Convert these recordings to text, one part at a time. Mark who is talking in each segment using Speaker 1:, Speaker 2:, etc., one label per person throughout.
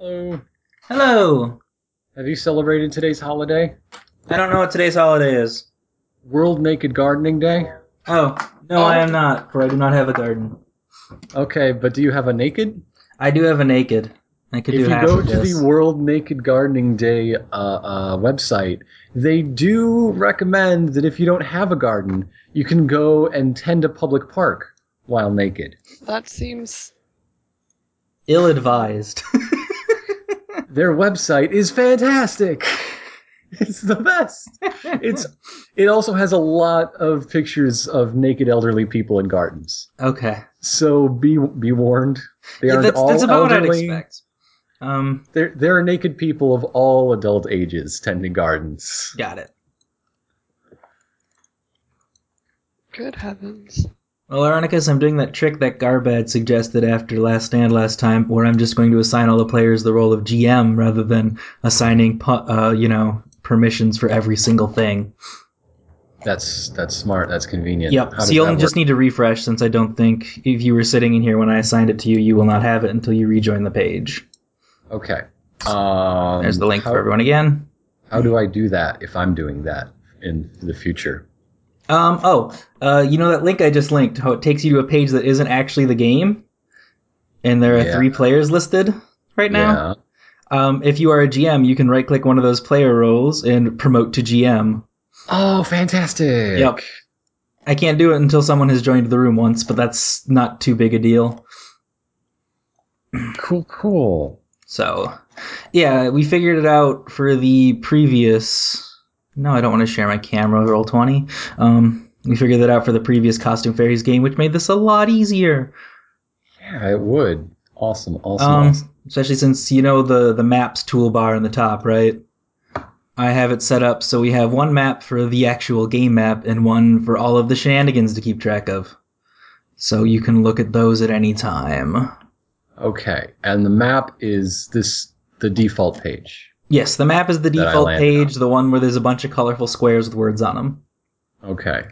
Speaker 1: Oh,
Speaker 2: Hello.
Speaker 1: have you celebrated today's holiday?
Speaker 2: I don't know what today's holiday is.
Speaker 1: World Naked Gardening Day?
Speaker 2: Oh, no, I am not, for I do not have a garden.
Speaker 1: Okay, but do you have a naked?
Speaker 2: I do have a naked. I could do
Speaker 1: if you
Speaker 2: half
Speaker 1: go
Speaker 2: of
Speaker 1: to
Speaker 2: this.
Speaker 1: the World Naked Gardening Day uh, uh, website, they do recommend that if you don't have a garden, you can go and tend a public park while naked.
Speaker 3: That seems.
Speaker 2: Ill-advised.
Speaker 1: Their website is fantastic. It's the best. It's it also has a lot of pictures of naked elderly people in gardens.
Speaker 2: okay.
Speaker 1: So be be warned. They
Speaker 2: Yeah,
Speaker 1: aren't
Speaker 2: that's,
Speaker 1: all
Speaker 2: that's about
Speaker 1: elderly.
Speaker 2: what I'd expect. Um,
Speaker 1: There, there are naked people of all adult ages tending gardens.
Speaker 2: got it.
Speaker 3: Good heavens.
Speaker 2: Well, Aronicus, I'm doing that trick that Garbad suggested after Last Stand last time, where I'm just going to assign all the players the role of GM rather than assigning, pu- uh, you know, permissions for every single thing.
Speaker 1: That's that's smart. That's convenient.
Speaker 2: Yep.
Speaker 1: How does
Speaker 2: So you'll
Speaker 1: that
Speaker 2: just
Speaker 1: work?
Speaker 2: need to refresh since I don't think if you were sitting in here when I assigned it to you, you will not have it until you rejoin the page.
Speaker 1: Okay. Um,
Speaker 2: There's the link
Speaker 1: how,
Speaker 2: for everyone again.
Speaker 1: How do I do that if I'm doing that in the future?
Speaker 2: Um, oh, uh, you know that link I just linked, how it takes you to a page that isn't actually the game, and there are
Speaker 1: Yeah.
Speaker 2: three players listed right now.
Speaker 1: Yeah.
Speaker 2: Um, if you are a GM, you can right click one of those player roles and promote to GM.
Speaker 1: Oh, fantastic.
Speaker 2: Yep. I can't do it until someone has joined the room once, but that's not too big a deal.
Speaker 1: Cool. Cool.
Speaker 2: So, yeah, we figured it out for the previous. No, I don't want to share my camera, roll 20. Um, we figured that out for the previous Costume Fairies game, which made this a lot easier.
Speaker 1: Yeah, it would. Awesome. Awesome.
Speaker 2: Um,
Speaker 1: awesome.
Speaker 2: especially since you know the the maps toolbar in the top right. I have it set up so we have one map for the actual game map and one for all of the shenanigans to keep track of. So you can look at those at any time.
Speaker 1: Okay. And the map is this the default page.
Speaker 2: Yes, the map is the
Speaker 1: That I
Speaker 2: default
Speaker 1: landed
Speaker 2: page, the one where there's a bunch of colorful squares with words on them.
Speaker 1: Okay.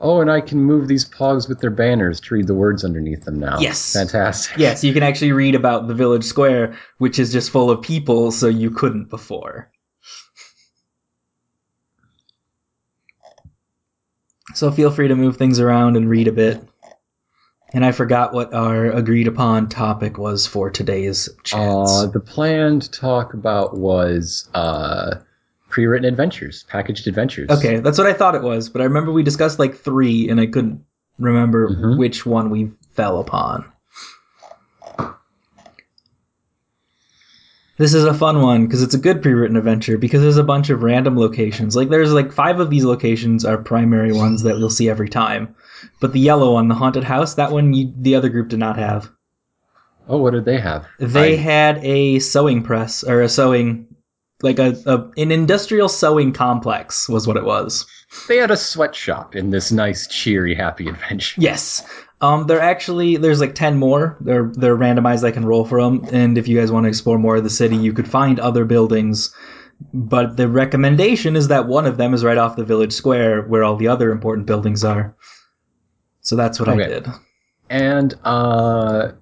Speaker 1: Oh, and I can move these pogs with their banners to read the words underneath them now.
Speaker 2: Yes.
Speaker 1: Fantastic.
Speaker 2: Yes, you can actually read about the village square, which is just full of people, so you couldn't before. So feel free to move things around and read a bit. And I forgot what our agreed upon topic was for today's
Speaker 1: Uh,
Speaker 2: chats.
Speaker 1: the plan to talk about was uh, pre-written adventures, packaged adventures.
Speaker 2: okay, that's what I thought it was, but I remember we discussed like three, and I couldn't remember
Speaker 1: Mhm.
Speaker 2: which one we fell upon. This is a fun one because it's a good pre-written adventure because there's a bunch of random locations. Like there's like five of these locations are primary ones that you'll see every time, but the yellow one, the haunted house, that one you, the other group did not have.
Speaker 1: Oh, what did they have?
Speaker 2: They
Speaker 1: I-
Speaker 2: had a sewing press or a sewing, like a, a an industrial sewing complex was what it was.
Speaker 1: they had a sweatshop in this nice, cheery, happy adventure.
Speaker 2: Yes. Um, they're actually there's like ten more. They're they're randomized. I can roll for them. And if you guys want to explore more of the city, you could find other buildings. But the recommendation is that one of them is right off the village square, where all the other important buildings are. So that's what I
Speaker 1: Okay.
Speaker 2: did.
Speaker 1: And uh,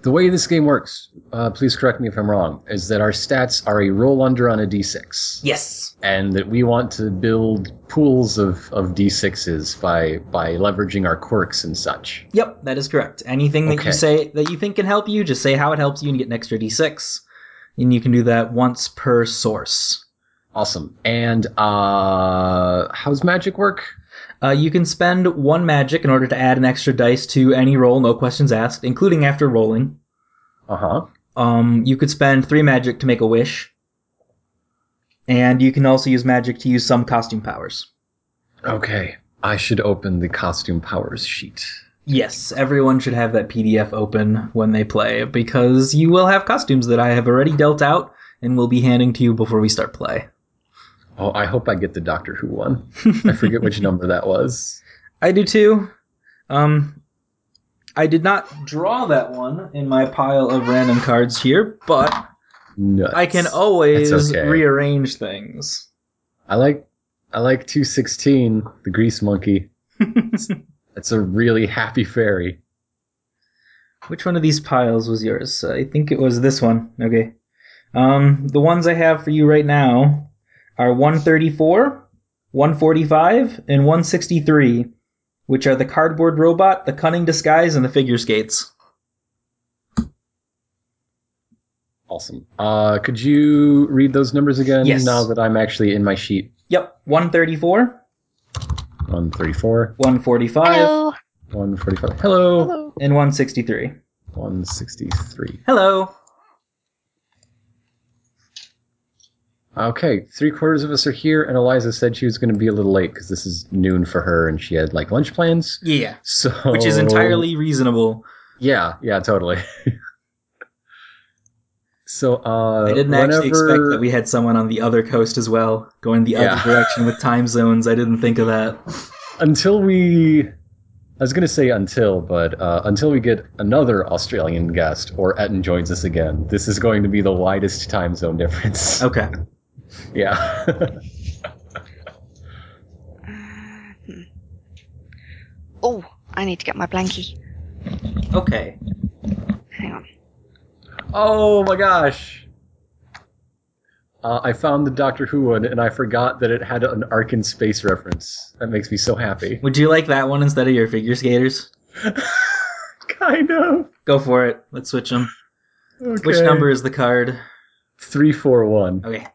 Speaker 1: the way this game works, uh, please correct me if I'm wrong, is that our stats are a roll under on a d6.
Speaker 2: Yes.
Speaker 1: and that we want to build pools of, of d6s by by leveraging our quirks and such.
Speaker 2: Yep, that is correct. Anything that
Speaker 1: Okay.
Speaker 2: you say that you think can help you, just say how it helps you and get an extra d6. And you can do that once per source.
Speaker 1: Awesome. And uh, how's magic work?
Speaker 2: Uh, you can spend one magic in order to add an extra dice to any roll, no questions asked, including after rolling.
Speaker 1: Uh huh.
Speaker 2: Um, you could spend three magic to make a wish, and you can also use magic to use some costume powers.
Speaker 1: Okay. I should open the costume powers sheet.
Speaker 2: Yes, everyone should have that PDF open when they play because you will have costumes that I have already dealt out and will be handing to you before we start play.
Speaker 1: Oh, I hope I get the Doctor Who one. I forget which number that was.
Speaker 2: I do too. Um, I did not draw that one in my pile of random cards here, but
Speaker 1: Nuts.
Speaker 2: I can always
Speaker 1: that's okay.
Speaker 2: rearrange things.
Speaker 1: I like I like 216, the grease monkey. It's a really happy fairy.
Speaker 2: Which one of these piles was yours? I think it was this one. Okay. Um, the ones I have for you right now are 134, 145, and 163, which are the cardboard robot, the cunning disguise, and the figure skates.
Speaker 1: Awesome. Uh, could you read those numbers again
Speaker 2: Yes.
Speaker 1: now that I'm actually in my sheet?
Speaker 2: Yep, 134,
Speaker 1: 134,
Speaker 2: 145,
Speaker 3: Hello.
Speaker 1: 145. Hello.
Speaker 3: Hello.
Speaker 2: and 163.
Speaker 1: 163.
Speaker 2: Hello.
Speaker 1: Okay, three quarters of us are here, and Eliza said she was going to be a little late because this is noon for her and she had like lunch plans.
Speaker 2: Yeah.
Speaker 1: So,
Speaker 2: Which is entirely reasonable.
Speaker 1: Yeah, yeah, totally. so, uh,
Speaker 2: I didn't actually expect
Speaker 1: whenever-
Speaker 2: that we had someone on the other coast as well, going the
Speaker 1: Yeah.
Speaker 2: other direction with time zones. I didn't think of that.
Speaker 1: until we i was going to say until but uh, until we get another australian guest or etten joins us again this is going to be the widest time zone difference
Speaker 2: Okay.
Speaker 1: yeah
Speaker 4: Hmm. Oh, I need to get my blankie.
Speaker 2: Okay.
Speaker 4: Hang on.
Speaker 1: oh my gosh uh, i found the doctor who one and i forgot that it had an arc in space reference that makes me so happy
Speaker 2: Would you like that one instead of your figure skaters?
Speaker 1: kind of
Speaker 2: Go for it. Let's switch them.
Speaker 1: okay.
Speaker 2: Which number is the card?
Speaker 1: 341
Speaker 2: Okay.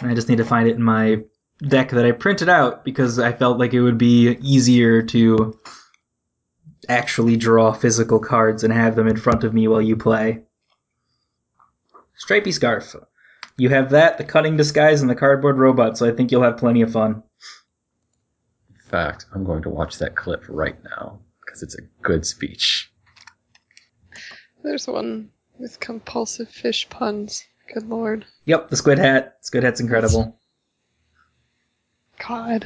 Speaker 2: I just need to find it in my deck that I printed out because I felt like it would be easier to actually draw physical cards and have them in front of me while you play. Stripey Scarf. You have that, the cutting disguise, and the cardboard robot, so I think you'll have plenty of fun.
Speaker 1: in fact i'm going to watch that clip right now because it's a good speech
Speaker 3: There's one with compulsive fish puns. Good lord.
Speaker 2: Yep, the squid hat. Squid hat's incredible.
Speaker 3: God.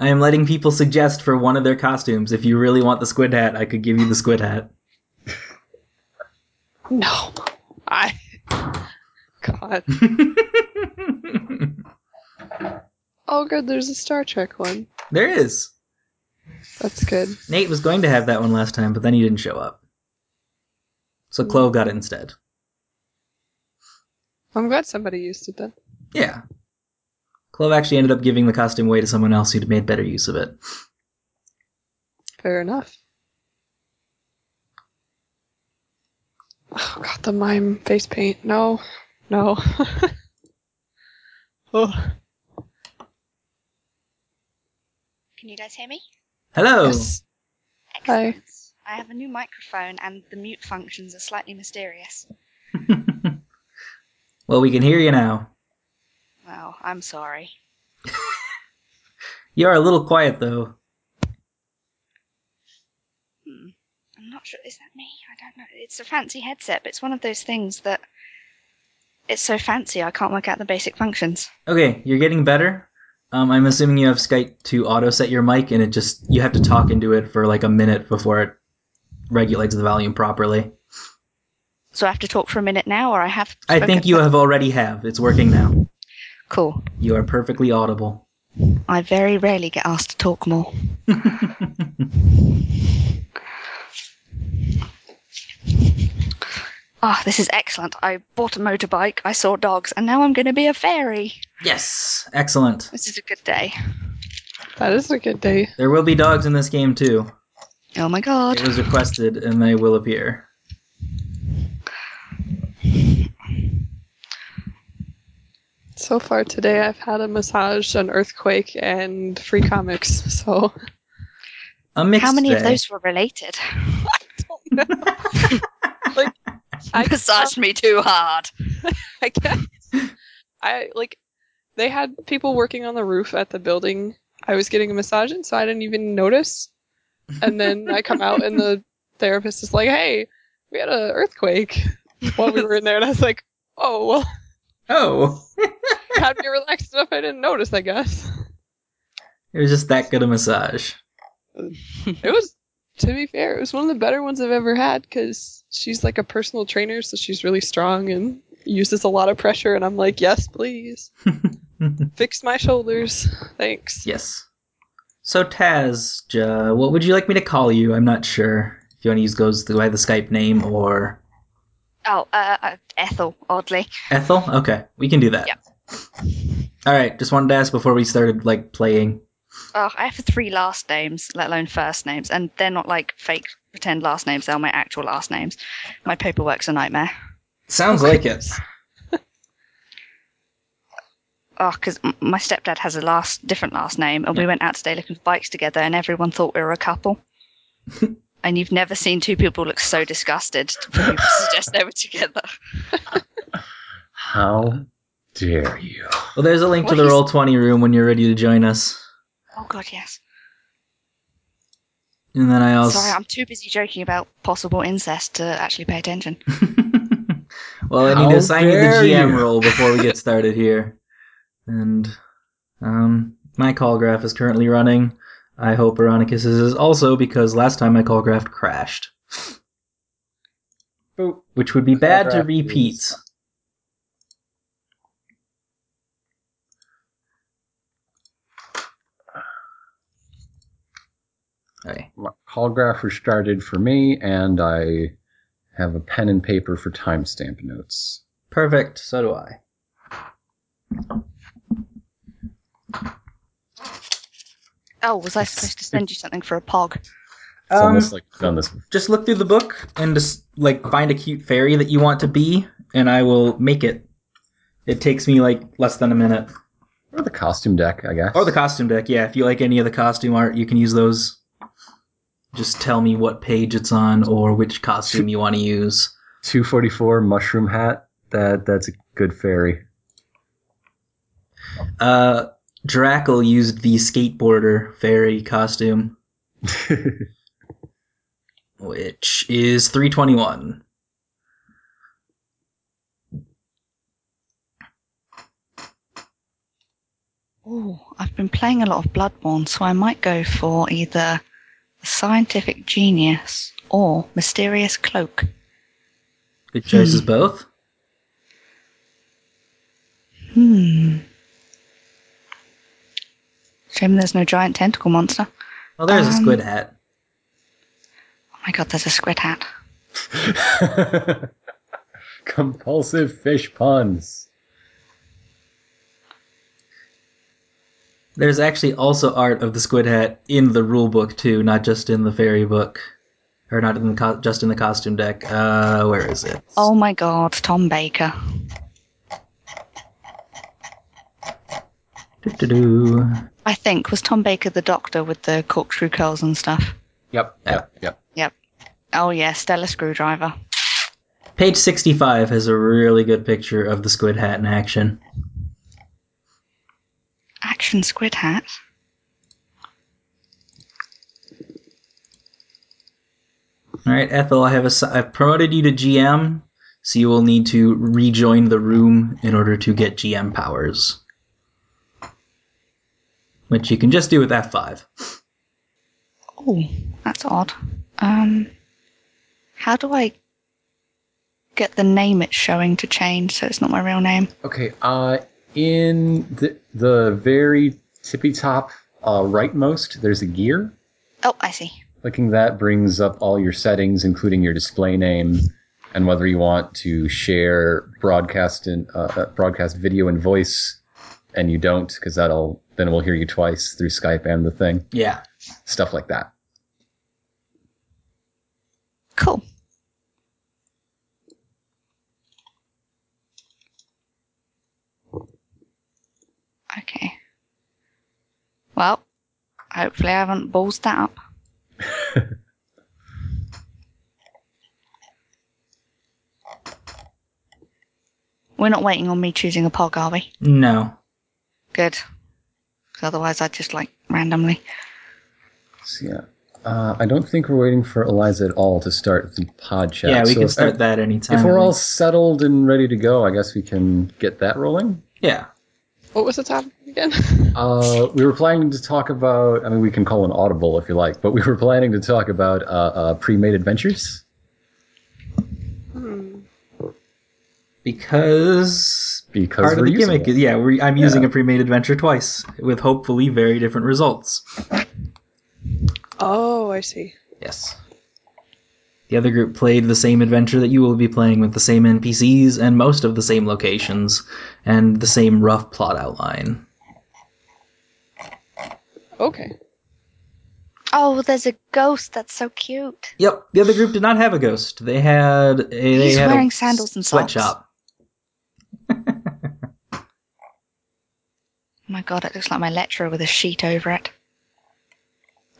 Speaker 2: I am letting people suggest for one of their costumes. If you really want the squid hat, I could give you the squid hat.
Speaker 3: No. I. God. Oh, good. There's a Star Trek one.
Speaker 2: there is.
Speaker 3: That's good.
Speaker 2: Nate was going to have that one last time, but then he didn't show up. So Chloe got it instead.
Speaker 3: I'm glad somebody used it then.
Speaker 2: Yeah. Chloe actually ended up giving the costume away to someone else who'd made better use of it.
Speaker 3: Fair enough. Oh god, the mime face paint. No, no. oh,
Speaker 4: Can you guys hear me?
Speaker 2: Hello!
Speaker 3: yes. Hi.
Speaker 4: Excellent. I have a new microphone and the mute functions are slightly mysterious.
Speaker 2: well, we can hear you now.
Speaker 4: Well, I'm sorry.
Speaker 2: You are a little quiet, though.
Speaker 4: Hmm. I'm not sure. Is that me? I don't know. It's a fancy headset, but it's one of those things that. It's so fancy, I can't work out the basic functions.
Speaker 2: Okay, you're getting better. Um, I'm assuming you have Skype to auto set your mic, and it just you have to talk into it for like a minute before it regulates the volume properly.
Speaker 4: So I have to talk for a minute now, or I have.
Speaker 2: I
Speaker 4: spoken?
Speaker 2: think you have already have. It's working now.
Speaker 4: Cool.
Speaker 2: You are perfectly audible.
Speaker 4: I very rarely get asked to talk more. Ah, this is excellent. I bought a motorbike, I saw dogs, and now I'm going to be a fairy.
Speaker 2: Yes, excellent.
Speaker 4: This is a good day.
Speaker 3: That is a good day.
Speaker 2: There will be dogs in this game too.
Speaker 4: Oh my god.
Speaker 2: It was requested, and they will appear.
Speaker 3: So far today, I've had a massage, an earthquake, and free comics. So
Speaker 2: A mixed
Speaker 4: How many of
Speaker 2: day.
Speaker 4: those were related?
Speaker 3: I
Speaker 4: Massaged me too hard.
Speaker 3: I guess I like they had people working on the roof at the building. I was getting a massage and so I didn't even notice. And then I come out and the therapist is like, "Hey, we had an earthquake while we were in there." And I was like, "Oh well,
Speaker 2: Oh,
Speaker 3: had me relaxed enough. I didn't notice. I guess
Speaker 2: it was just that good a massage.
Speaker 3: it was." To be fair, it was one of the better ones I've ever had because she's like a personal trainer, so she's really strong and uses a lot of pressure. And I'm like, yes, please fix my shoulders, thanks.
Speaker 2: yes. So Taz, uh, what would you like me to call you? I'm not sure. If you want to use goes through either Skype name or
Speaker 4: Oh, uh, uh, Ethel, oddly.
Speaker 2: Ethel? Okay, we can do that.
Speaker 4: Yep.
Speaker 2: All right, just wanted to ask before we started like playing.
Speaker 4: Oh, I have three last names, let alone first names, and they're not like fake pretend last names, they're my actual last names. My paperwork's a nightmare.
Speaker 2: Sounds like it.
Speaker 4: Oh, because my stepdad has a last different last name, and we went out today looking for bikes together, and everyone thought we were a couple. and you've never seen two people look so disgusted when you suggest they were together.
Speaker 1: How dare you?
Speaker 2: Well, there's a link to
Speaker 4: What
Speaker 2: the
Speaker 4: is-
Speaker 2: roll twenty room when you're ready to join us.
Speaker 4: Oh God, yes.
Speaker 2: And then I also
Speaker 4: Sorry, I'm too busy joking about possible incest to actually pay attention.
Speaker 2: well, I need
Speaker 1: How
Speaker 2: to assign you the
Speaker 1: dare
Speaker 2: GM
Speaker 1: you.
Speaker 2: role before we get started here. And um, my call graph is currently running. I hope Veronicus is also because last time my call graph crashed,
Speaker 1: Boop.
Speaker 2: which would be
Speaker 1: My call
Speaker 2: bad to
Speaker 1: graph
Speaker 2: repeat.
Speaker 1: is-
Speaker 2: Okay.
Speaker 1: My call graph restarted for me, and I have a pen and paper for timestamp notes.
Speaker 2: Perfect. So do I.
Speaker 4: Oh, was I supposed to send you something for a pog?
Speaker 1: It's
Speaker 2: Um,
Speaker 1: almost like I've done this.
Speaker 2: just look through the book and just like find a cute fairy that you want to be, and I will make it. It takes me like less than a minute.
Speaker 1: Or the costume deck, I guess.
Speaker 2: Or the costume deck, yeah. If you like any of the costume art, you can use those. Just tell me what page it's on or which costume you want to use.
Speaker 1: 244 mushroom hat. That That's a good fairy.
Speaker 2: Uh, Drackle used the skateboarder fairy costume, which is 321.
Speaker 4: Ooh, I've been playing a lot of Bloodborne, so I might go for either the scientific genius or mysterious cloak.
Speaker 2: Good choices both.
Speaker 4: Hmm. Shame there's no giant tentacle monster.
Speaker 2: Well, there's a
Speaker 4: Um,
Speaker 2: squid hat.
Speaker 4: Oh my god, there's a squid hat.
Speaker 1: Compulsive fish puns.
Speaker 2: There's actually also art of the squid hat in the rule book too, not just in the fairy book, or not in the co- just in the costume deck. Uh, where is it?
Speaker 4: Oh my god, Tom Baker.
Speaker 2: Doo-doo-doo.
Speaker 4: I think was Tom Baker the doctor with the corkscrew curls and stuff.
Speaker 1: Yep, yep, yep.
Speaker 4: Oh yeah, Stellar Screwdriver.
Speaker 2: Page 65 has a really good picture of the squid hat in action.
Speaker 4: Action squid hat.
Speaker 2: All right, Ethel, I have assi- I've promoted you to GM, so you will need to rejoin the room in order to get GM powers. Which you can just do with F5.
Speaker 4: Oh, that's odd. Um, how do I get the name it's showing to change so it's not my real name?
Speaker 1: Okay, uh, in the, the very tippy top uh, rightmost, there's a gear.
Speaker 4: Oh, I see.
Speaker 1: Clicking that brings up all your settings, including your display name and whether you want to share broadcast and uh, uh, broadcast video and voice. And you don't, because that'll then we'll hear you twice through Skype and the thing,
Speaker 2: Yeah.
Speaker 1: stuff like that.
Speaker 4: Cool. Okay. Well, hopefully I haven't ballsed that up. We're not waiting on me choosing a pog, are we?
Speaker 2: No.
Speaker 4: Good. 'Cause otherwise I'd just like randomly.
Speaker 1: So yeah, uh, I don't think we're waiting for Eliza at all to start the pod chat.
Speaker 2: yeah, we
Speaker 1: So
Speaker 2: can
Speaker 1: if-
Speaker 2: start that anytime.
Speaker 1: If we're
Speaker 2: I
Speaker 1: all
Speaker 2: think.
Speaker 1: settled and ready to go, I guess we can get that rolling.
Speaker 2: Yeah.
Speaker 3: What was the topic again?
Speaker 1: Uh, we were planning to talk about. I mean, we can call an audible if you like, but we were planning to talk about uh, uh, pre-made adventures.
Speaker 3: Hmm.
Speaker 2: Because
Speaker 1: Because
Speaker 2: part of
Speaker 1: we're
Speaker 2: the
Speaker 1: using
Speaker 2: gimmick
Speaker 1: it.
Speaker 2: is yeah, we I'm using
Speaker 1: Yeah.
Speaker 2: a pre-made adventure twice with hopefully very different results.
Speaker 3: Oh, I see.
Speaker 2: Yes. The other group played the same adventure that you will be playing with the same NPCs and most of the same locations and the same rough plot outline.
Speaker 3: Okay.
Speaker 4: Oh, there's a ghost. That's so cute.
Speaker 2: Yep, the other group did not have a ghost. They had a. They
Speaker 4: He's
Speaker 2: had a
Speaker 4: wearing sandals and socks.
Speaker 2: Sweatshop.
Speaker 4: Oh my god, it looks like my lecturer with a sheet over it.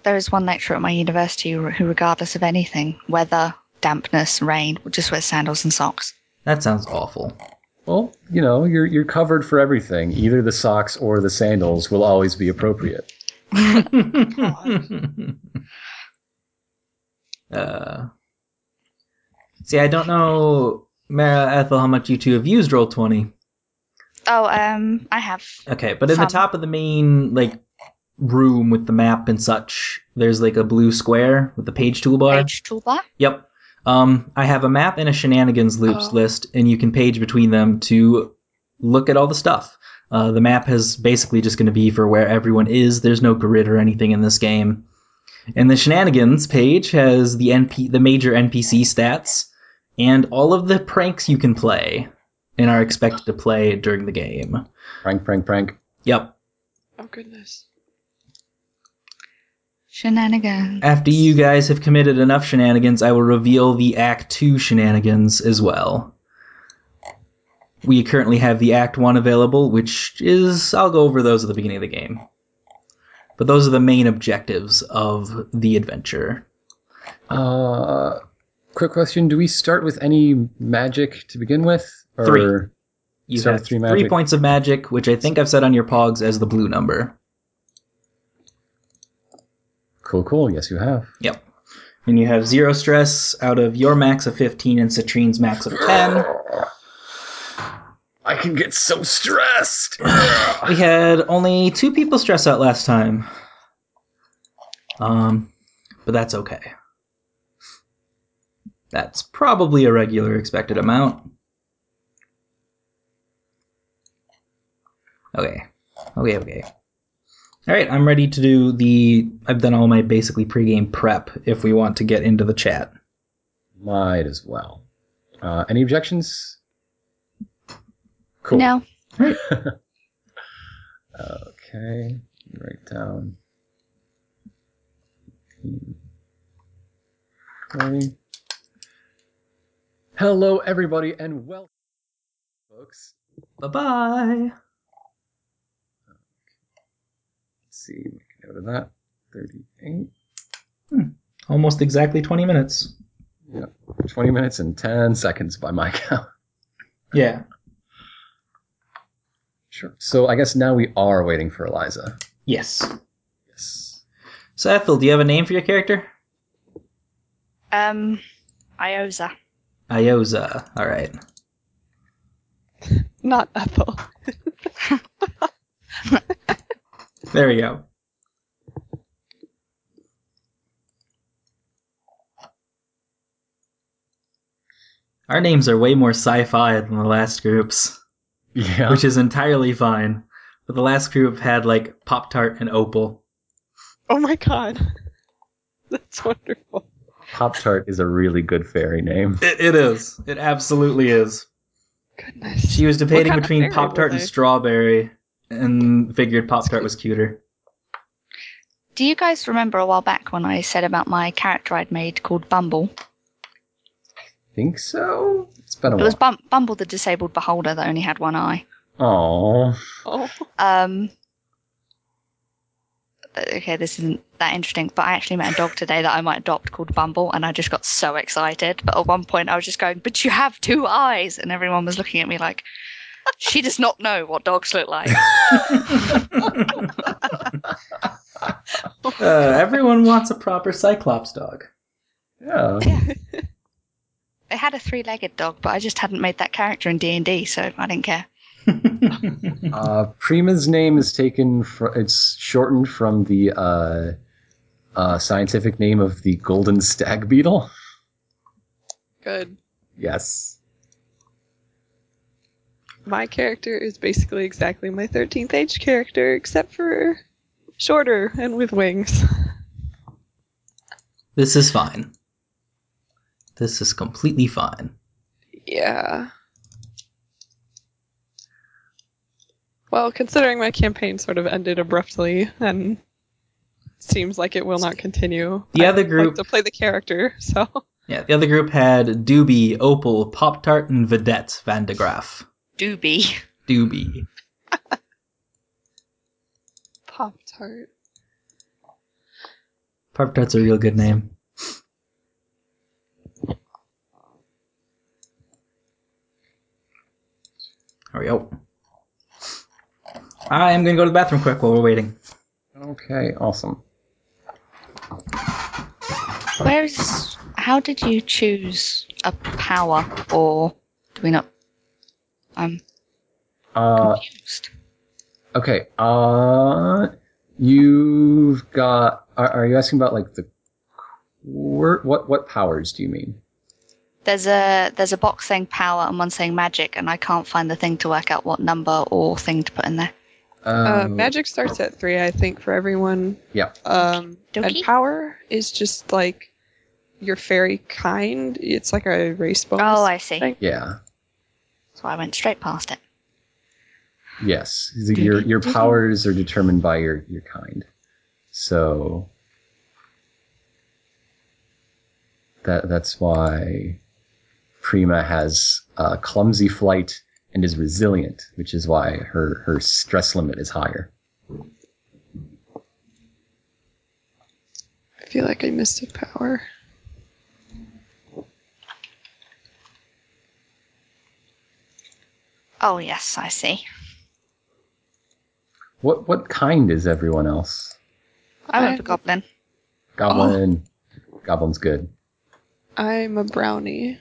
Speaker 4: There is one lecturer at my university who, who, regardless of anything weather, dampness, rain will just wear sandals and socks.
Speaker 2: That sounds awful.
Speaker 1: Well, you know, you're you're covered for everything. Either the socks or the sandals will always be appropriate.
Speaker 2: uh, see, I don't know, Mara Ethel, how much you two have used Roll Twenty.
Speaker 4: Oh, um, I have.
Speaker 2: Okay, but in the
Speaker 4: Some.
Speaker 2: top of the main like room with the map and such, there's like a blue square with the page toolbar.
Speaker 4: Page toolbar.
Speaker 2: Yep. Um, I have a map and a shenanigans loops
Speaker 3: Oh.
Speaker 2: list, and you can page between them to look at all the stuff. Uh, the map is basically just going to be for where everyone is. There's no grid or anything in this game. And the shenanigans page has the NP, the major NPC stats, and all of the pranks you can play and are expected to play during the game.
Speaker 1: Prank, prank, prank.
Speaker 2: Yep.
Speaker 3: Oh goodness.
Speaker 4: Shenanigans.
Speaker 2: After you guys have committed enough shenanigans, I will reveal the Act 2 shenanigans as well. We currently have the Act 1 available, which is. I'll go over those at the beginning of the game. But those are the main objectives of the adventure.
Speaker 1: Uh, quick question: Do we start with any magic to begin with? Or
Speaker 2: Three. You
Speaker 1: Start
Speaker 2: have
Speaker 1: with three
Speaker 2: three,
Speaker 1: magic.
Speaker 2: points of magic, which I think I've set on your pogs as the blue number.
Speaker 1: Cool, cool. Yes, you have.
Speaker 2: Yep. And you have zero stress out of your max of 15 and Citrine's max of 10.
Speaker 1: I can get so stressed.
Speaker 2: We had only two people stress out last time. Um, but that's okay. That's probably a regular expected amount. Okay. Okay, okay. All right, I'm ready to do the. I've done all my basically pregame prep if we want to get into the chat.
Speaker 1: Might as well. Uh, any objections? Cool.
Speaker 4: No.
Speaker 1: Okay. Write down. Recording. Hello, everybody, and welcome, folks.
Speaker 2: Bye bye.
Speaker 1: Let's see, make a note of that. 38.
Speaker 2: Almost exactly 20 minutes.
Speaker 1: 20 minutes and 10 seconds by my count.
Speaker 2: Yeah.
Speaker 1: Sure. So I guess now we are waiting for Eliza.
Speaker 2: Yes.
Speaker 1: Yes.
Speaker 2: So, Ethel, do you have a name for your character?
Speaker 4: Um, Iosa.
Speaker 2: Iosa. All right.
Speaker 3: Not Ethel.
Speaker 2: There we go. Our names are way more sci fi than the last group's,
Speaker 1: Yeah.
Speaker 2: which is entirely fine. But the last group had like Pop Tart and Opal.
Speaker 3: Oh my god. That's wonderful.
Speaker 1: Pop Tart is a really good fairy name.
Speaker 2: It, it is. It absolutely is.
Speaker 3: Goodness.
Speaker 2: She was debating
Speaker 3: kind of
Speaker 2: between
Speaker 3: berry
Speaker 2: Pop Tart
Speaker 3: were
Speaker 2: and
Speaker 3: they?
Speaker 2: Strawberry and figured Pop Tart was cuter.
Speaker 4: Do you guys remember a while back when I said about my character I'd made called Bumble?
Speaker 1: Think so? It's been a
Speaker 4: It was
Speaker 1: while.
Speaker 4: Bum- Bumble the disabled beholder that only had one eye.
Speaker 1: Aww.
Speaker 3: Oh.
Speaker 4: Um, but- okay, this isn't that interesting, but I actually met a dog today that I might adopt called Bumble, and I just got so excited. But at one point, I was just going, "But you have two eyes!" and everyone was looking at me like, "She does not know what dogs look like."
Speaker 2: Uh, everyone wants a proper Cyclops dog.
Speaker 1: Yeah.
Speaker 4: I had a three-legged dog, but I just hadn't made that character in D and D, so I didn't care.
Speaker 1: Uh, Prima's name is taken fr it's shortened from the uh, uh, scientific name of the golden stag beetle.
Speaker 3: Good.
Speaker 1: Yes.
Speaker 3: My character is basically exactly my 13th age character, except for shorter and with wings.
Speaker 2: This is fine. This is completely fine.
Speaker 3: Yeah. Well, considering my campaign sort of ended abruptly and seems like it will not continue.
Speaker 2: The
Speaker 3: I
Speaker 2: other
Speaker 3: like
Speaker 2: group-
Speaker 3: to play the character, so
Speaker 2: Yeah, the other group had Doobie, Opal, Pop Tart, and Vedette Van de Graaf.
Speaker 4: Doobie.
Speaker 2: Doobie.
Speaker 3: Pop Tart.
Speaker 2: Pop Tart's a real good name. There we go. I am gonna go to the bathroom quick while we're waiting.
Speaker 1: Okay, awesome.
Speaker 4: Where is? How did you choose a power, or do we not? um, I'm
Speaker 1: Uh,
Speaker 4: confused.
Speaker 1: okay. Uh, you've got. Are, are you asking about like the? quir- What what powers do you mean?
Speaker 4: There's a there's a box saying power and one saying magic, and I can't find the thing to work out what number or thing to put in there.
Speaker 3: Uh,
Speaker 1: Um,
Speaker 3: magic starts at three, I think, for everyone.
Speaker 1: Yeah.
Speaker 3: Um, and
Speaker 4: Dokey.
Speaker 3: power is just like your fairy kind. It's like a race bonus.
Speaker 4: Oh, I see.
Speaker 3: Thank-
Speaker 1: Yeah.
Speaker 4: So I went straight past it.
Speaker 1: Yes. The- Your your powers are determined by your your kind. So that that's why Prima has uh, clumsy flight and is resilient, which is why her her stress limit is higher.
Speaker 3: I feel like I missed a power.
Speaker 4: Oh yes, I see.
Speaker 1: What what kind is everyone else?
Speaker 4: I went
Speaker 3: I-
Speaker 4: for goblin.
Speaker 1: Goblin. Goblin's good.
Speaker 3: I'm a brownie.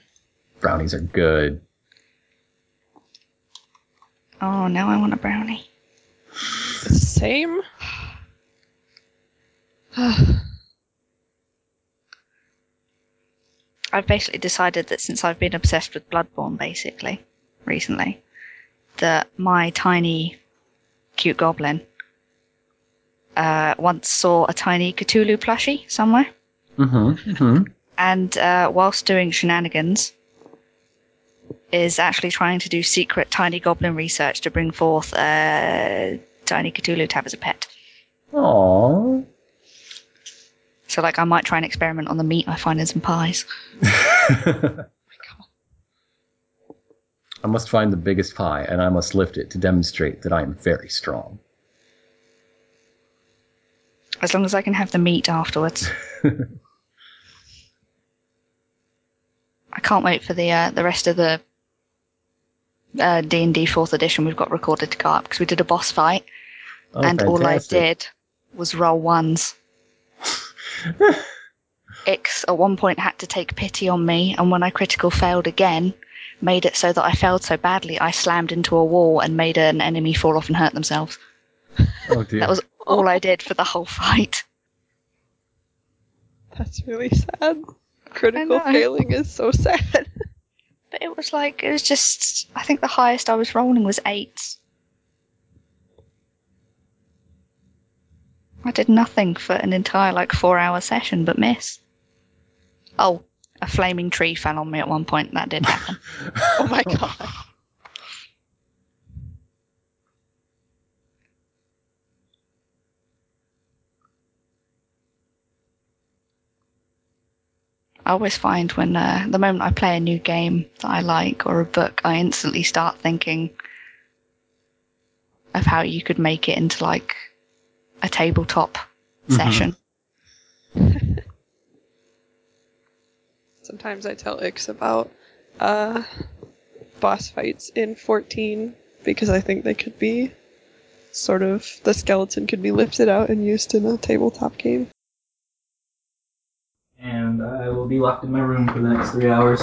Speaker 1: Brownies are good.
Speaker 4: Oh, now I want a brownie.
Speaker 3: Same.
Speaker 4: I've basically decided that since I've been obsessed with Bloodborne, basically, recently, that my tiny, cute goblin uh, once saw a tiny Cthulhu plushie somewhere,
Speaker 1: Mm-hmm. mm-hmm.
Speaker 4: and uh, whilst doing shenanigans, is actually trying to do secret tiny goblin research to bring forth a tiny Cthulhu to have as a pet.
Speaker 1: Aww.
Speaker 4: So, like, I might try and experiment on the meat I find in some pies.
Speaker 1: I must find the biggest pie, and I must lift it to demonstrate that I am very strong.
Speaker 4: As long as I can have the meat afterwards. I can't wait for the uh, the rest of the uh, D and D fourth edition we've got recorded to go up because we did a boss fight
Speaker 1: Oh,
Speaker 4: and all I
Speaker 1: fantastic.
Speaker 4: did was roll ones. Ix at one point had to take pity on me, and when I critical failed again, made it so that I failed so badly I slammed into a wall and made an enemy fall off and hurt themselves.
Speaker 1: Oh, dear.
Speaker 4: That was all I did for the whole fight.
Speaker 3: That's really sad. Critical
Speaker 4: I know.
Speaker 3: failing is so sad.
Speaker 4: But it was like it was just I think the highest I was rolling was eight. I did nothing for an entire like four hour session but miss. Oh, a flaming tree fell on me at one point, that did happen.
Speaker 3: Oh my god.
Speaker 4: I always find when uh, the moment I play a new game that I like or a book, I instantly start thinking of how you could make it into like a tabletop session.
Speaker 3: Sometimes I tell Ix about uh, boss fights in 14 because I think they could be sort of the skeleton could be lifted out and used in a tabletop game.
Speaker 2: And I will be locked in my room for the next three hours.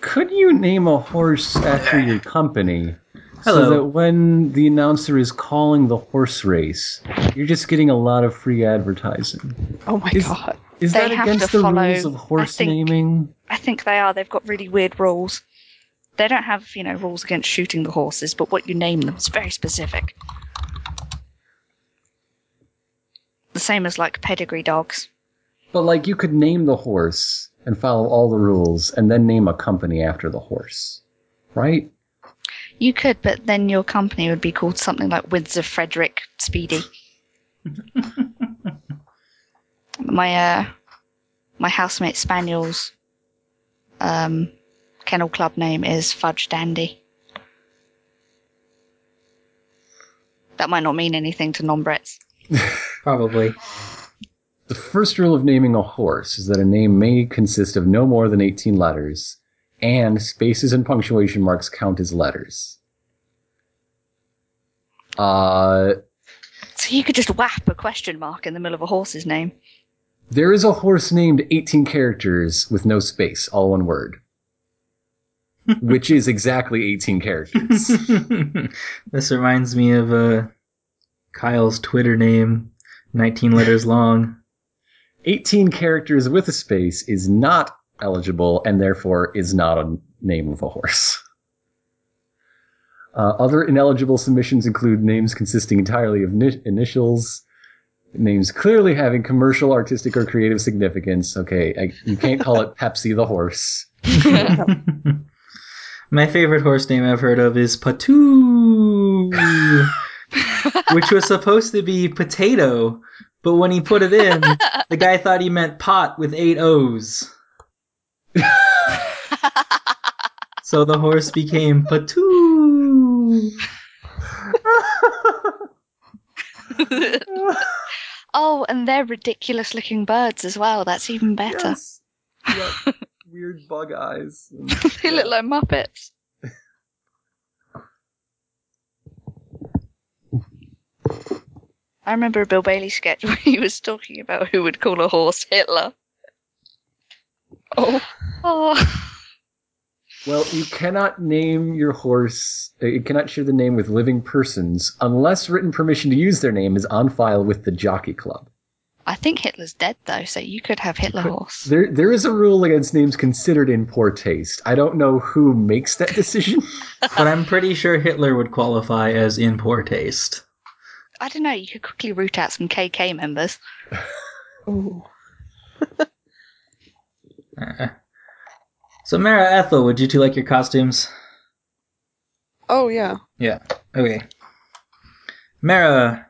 Speaker 1: Could you name a horse after your company? So
Speaker 2: Hello.
Speaker 1: that when the announcer is calling the horse race, you're just getting a lot of free advertising.
Speaker 3: Oh my
Speaker 1: Is-
Speaker 3: god.
Speaker 1: Is
Speaker 4: They
Speaker 1: that
Speaker 4: have to
Speaker 1: against the
Speaker 4: follow-
Speaker 1: rules of
Speaker 4: I
Speaker 1: horse
Speaker 4: think-
Speaker 1: naming?
Speaker 4: I think they are. They've got really weird rules. They don't have, you know, rules against shooting the horses, but what you name them is very specific. The same as like pedigree dogs.
Speaker 1: But like you could name the horse and follow all the rules and then name a company after the horse. Right?
Speaker 4: You could, but then your company would be called something like Winds of Frederick Speedy. my uh, my housemate spaniel's um, kennel club name is Fudge Dandy. That might not mean anything to non-Brits.
Speaker 2: Probably.
Speaker 1: The first rule of naming a horse is that a name may consist of no more than 18 letters, and spaces and punctuation marks count as letters. Uh,
Speaker 4: So you could just whap a question mark in the middle of a horse's name.
Speaker 1: there is a horse named 18 characters with no space, all one word, which is exactly 18 characters.
Speaker 2: this reminds me of uh, Kyle's Twitter name, 19 letters long.
Speaker 1: 18 characters with a space is not eligible and therefore is not a name of a horse. Uh, other ineligible submissions include names consisting entirely of ni- initials, names clearly having commercial, artistic, or creative significance. Okay, I, you can't call it Pepsi the horse.
Speaker 2: My favorite horse name I've heard of is Patoo, which was supposed to be potato, but when he put it in, the guy thought he meant pot with eight O's. so the horse became Patoo.
Speaker 4: oh, and they're ridiculous looking birds as well. That's even better.
Speaker 1: Yes. Yep. Weird bug eyes.
Speaker 4: they look like Muppets. I remember a Bill Bailey sketch where he was talking about who would call a horse Hitler.
Speaker 3: Oh,
Speaker 4: Oh,
Speaker 1: Well, you cannot name your horse, uh, you cannot share the name with living persons unless written permission to use their name is on file with the jockey club.
Speaker 4: I think Hitler's dead though, so you could have Hitler horse.
Speaker 1: There, there is a rule against names considered in poor taste. I don't know who makes that decision.
Speaker 2: But I'm pretty sure Hitler would qualify as in poor taste.
Speaker 4: I don't know. You could quickly root out some KK members.
Speaker 3: Ooh.
Speaker 2: Uh. So, Mara Ethel, would you two like your costumes?
Speaker 3: oh yeah.
Speaker 2: Yeah. Okay. Mara,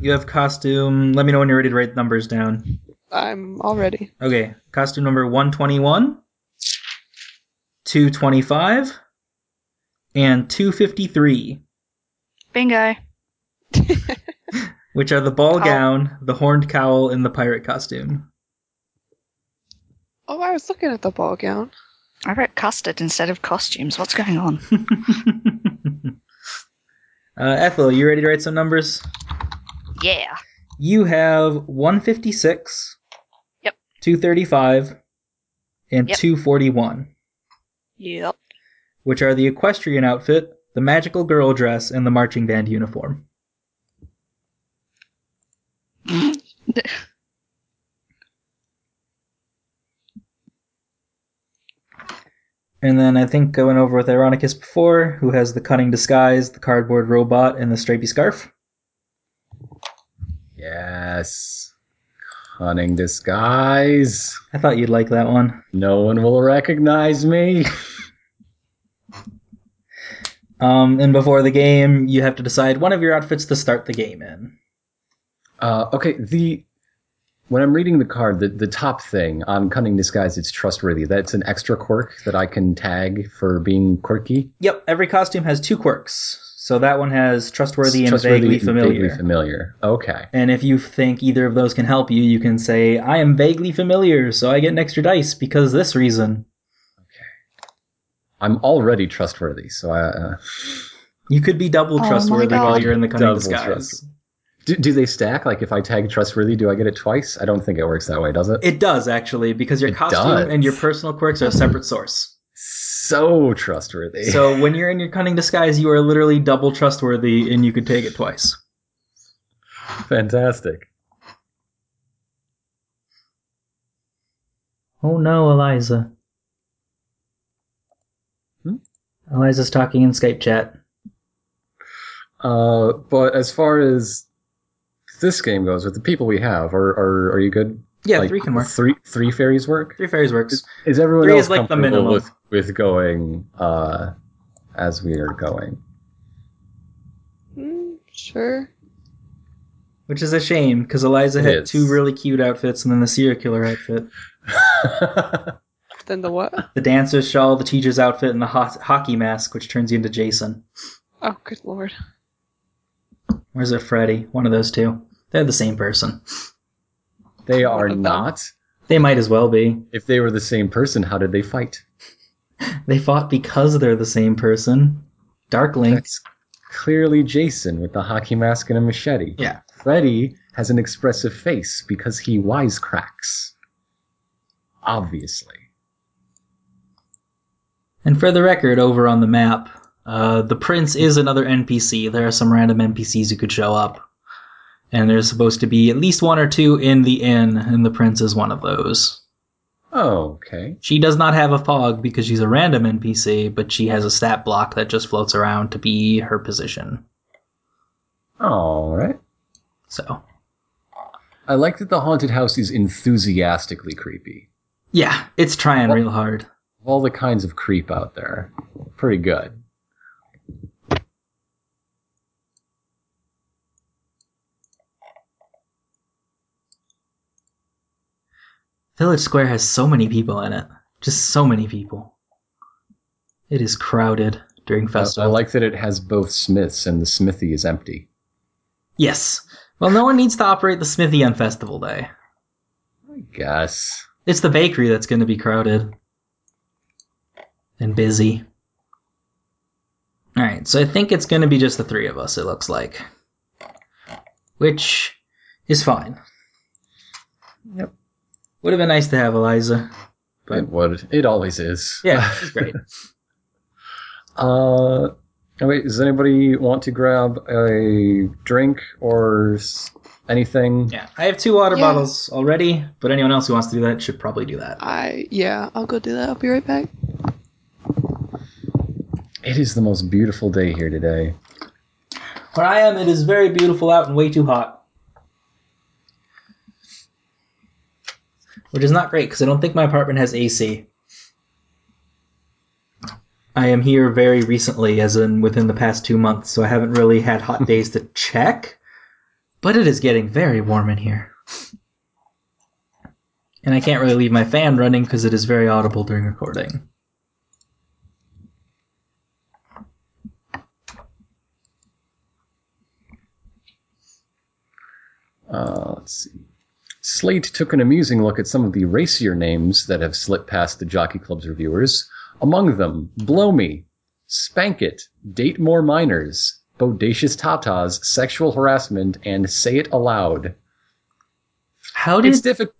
Speaker 2: you have costume. Let me know when you're ready to write numbers down.
Speaker 3: I'm all ready.
Speaker 2: Okay. Costume number 121, 225, and 253,
Speaker 4: Bingo.
Speaker 2: which are the ball
Speaker 4: Cowl.
Speaker 2: gown, the horned cowl, and the pirate costume.
Speaker 3: Oh, I was looking at the ball gown.
Speaker 4: I wrote custard instead of costumes. What's going on?
Speaker 2: uh, Ethel, you ready to write some numbers?
Speaker 4: Yeah.
Speaker 2: You have 156,
Speaker 4: Yep.
Speaker 2: 235, and
Speaker 4: Yep.
Speaker 2: 241.
Speaker 4: Yep.
Speaker 2: which are the equestrian outfit, the magical girl dress, and the marching band uniform. And then I think I went over with Ironicus before, who has the cunning disguise, the cardboard robot, and the stripy scarf.
Speaker 1: yes. Cunning disguise.
Speaker 2: I thought you'd like that one.
Speaker 1: No one will recognize me.
Speaker 2: Um, and before the game, you have to decide one of your outfits to start the game in.
Speaker 1: Uh, okay, the when I'm reading the card, the, the top thing on cunning disguise, it's trustworthy. That's an extra quirk that I can tag for being quirky.
Speaker 2: Yep, every costume has two quirks. So that one has trustworthy, and vaguely
Speaker 1: and
Speaker 2: familiar.
Speaker 1: vaguely familiar. Okay.
Speaker 2: And if you think either of those can help you, you can say, I am vaguely familiar, so I get an extra dice because this reason.
Speaker 1: I'm already trustworthy, so I, uh,
Speaker 2: You could be double
Speaker 4: Oh my
Speaker 2: trustworthy
Speaker 4: God.
Speaker 2: while you're in the cunning
Speaker 1: Double
Speaker 2: disguise.
Speaker 1: trustworthy. do, do they stack? Like, if I tag trustworthy, do I get it twice? I don't think it works that way, does it?
Speaker 2: It does, actually, because your
Speaker 1: It
Speaker 2: costume
Speaker 1: does.
Speaker 2: and your personal quirks are a separate source.
Speaker 1: so trustworthy.
Speaker 2: So when you're in your cunning disguise, you are literally double trustworthy and you could take it twice.
Speaker 1: fantastic.
Speaker 2: Oh no, Eliza.
Speaker 1: Hmm?
Speaker 2: Eliza's talking in Skype chat.
Speaker 1: Uh, but as far as this game goes, with the people we have, are are, are you good
Speaker 2: Yeah,
Speaker 1: Like,
Speaker 2: three can work.
Speaker 1: Three three fairies work.
Speaker 2: Three fairies works.
Speaker 1: Is everyone
Speaker 2: Three
Speaker 1: else
Speaker 2: is like the
Speaker 1: comfortable
Speaker 2: minimum.
Speaker 1: with with going uh, as we are going?
Speaker 3: Mm, sure.
Speaker 2: Which is a shame because Eliza
Speaker 1: It
Speaker 2: had
Speaker 1: is.
Speaker 2: two really cute outfits and then the serial killer outfit.
Speaker 3: Then the what?
Speaker 2: The dancer's shawl, the teacher's outfit, and the ho- hockey mask, which turns you into Jason.
Speaker 3: Oh, good lord.
Speaker 2: Or is it Freddy? One of those two. They're the same person.
Speaker 1: they are
Speaker 3: What about-
Speaker 1: not.
Speaker 2: They might as well be.
Speaker 1: If they were the same person, how did they fight?
Speaker 2: They fought because they're the same person. Dark Link.
Speaker 1: That's clearly Jason with the hockey mask and a machete.
Speaker 2: Yeah.
Speaker 1: Freddy has an expressive face because he wisecracks. Obviously.
Speaker 2: And for the record, over on the map, uh, the prince is another NPC. There are some random NPCs who could show up. And there's supposed to be at least one or two in the inn, and the prince is one of those.
Speaker 1: Oh, okay.
Speaker 2: She does not have a fog because she's a random NPC, but she has a stat block that just floats around to be her position.
Speaker 1: All right.
Speaker 2: So,
Speaker 1: I like that the haunted house is enthusiastically creepy.
Speaker 2: yeah, it's trying real hard.
Speaker 1: Of all the kinds of creep out there, pretty good.
Speaker 2: Village Square has so many people in it. Just so many people. It is crowded during
Speaker 1: I, I
Speaker 2: festival.
Speaker 1: like that it has both smiths and the smithy is empty.
Speaker 2: Yes. Well, no one needs to operate the smithy on festival day.
Speaker 1: I guess.
Speaker 2: It's the bakery that's going to be crowded and busy. All right, so I think it's going to be just the three of us, it looks like. Which is fine.
Speaker 1: Yep.
Speaker 2: Would have been nice to have Eliza. But-
Speaker 1: It would. It always is.
Speaker 2: Yeah, she's great.
Speaker 1: Uh, oh wait, does anybody want to grab a drink or s- anything?
Speaker 2: Yeah, I have two water
Speaker 3: Yeah.
Speaker 2: bottles already, but anyone else who wants to do that should probably do that.
Speaker 3: I yeah, I'll go do that. I'll be right back.
Speaker 1: It is the most beautiful day here today.
Speaker 2: Where I am, it is very beautiful out and way too hot. Which is not great because I don't think my apartment has AC. I am here very recently, as in within the past two months, so I haven't really had hot days to check. But it is getting very warm in here. And I can't really leave my fan running because it is very audible during recording.
Speaker 1: Uh, let's see. Slate took an amusing look at some of the racier names that have slipped past the Jockey Club's reviewers. Among them, Blow Me, Spank It, Date More Minors, Bodacious Tatas, Sexual Harassment, and Say It Aloud.
Speaker 2: How did
Speaker 1: It's difficult.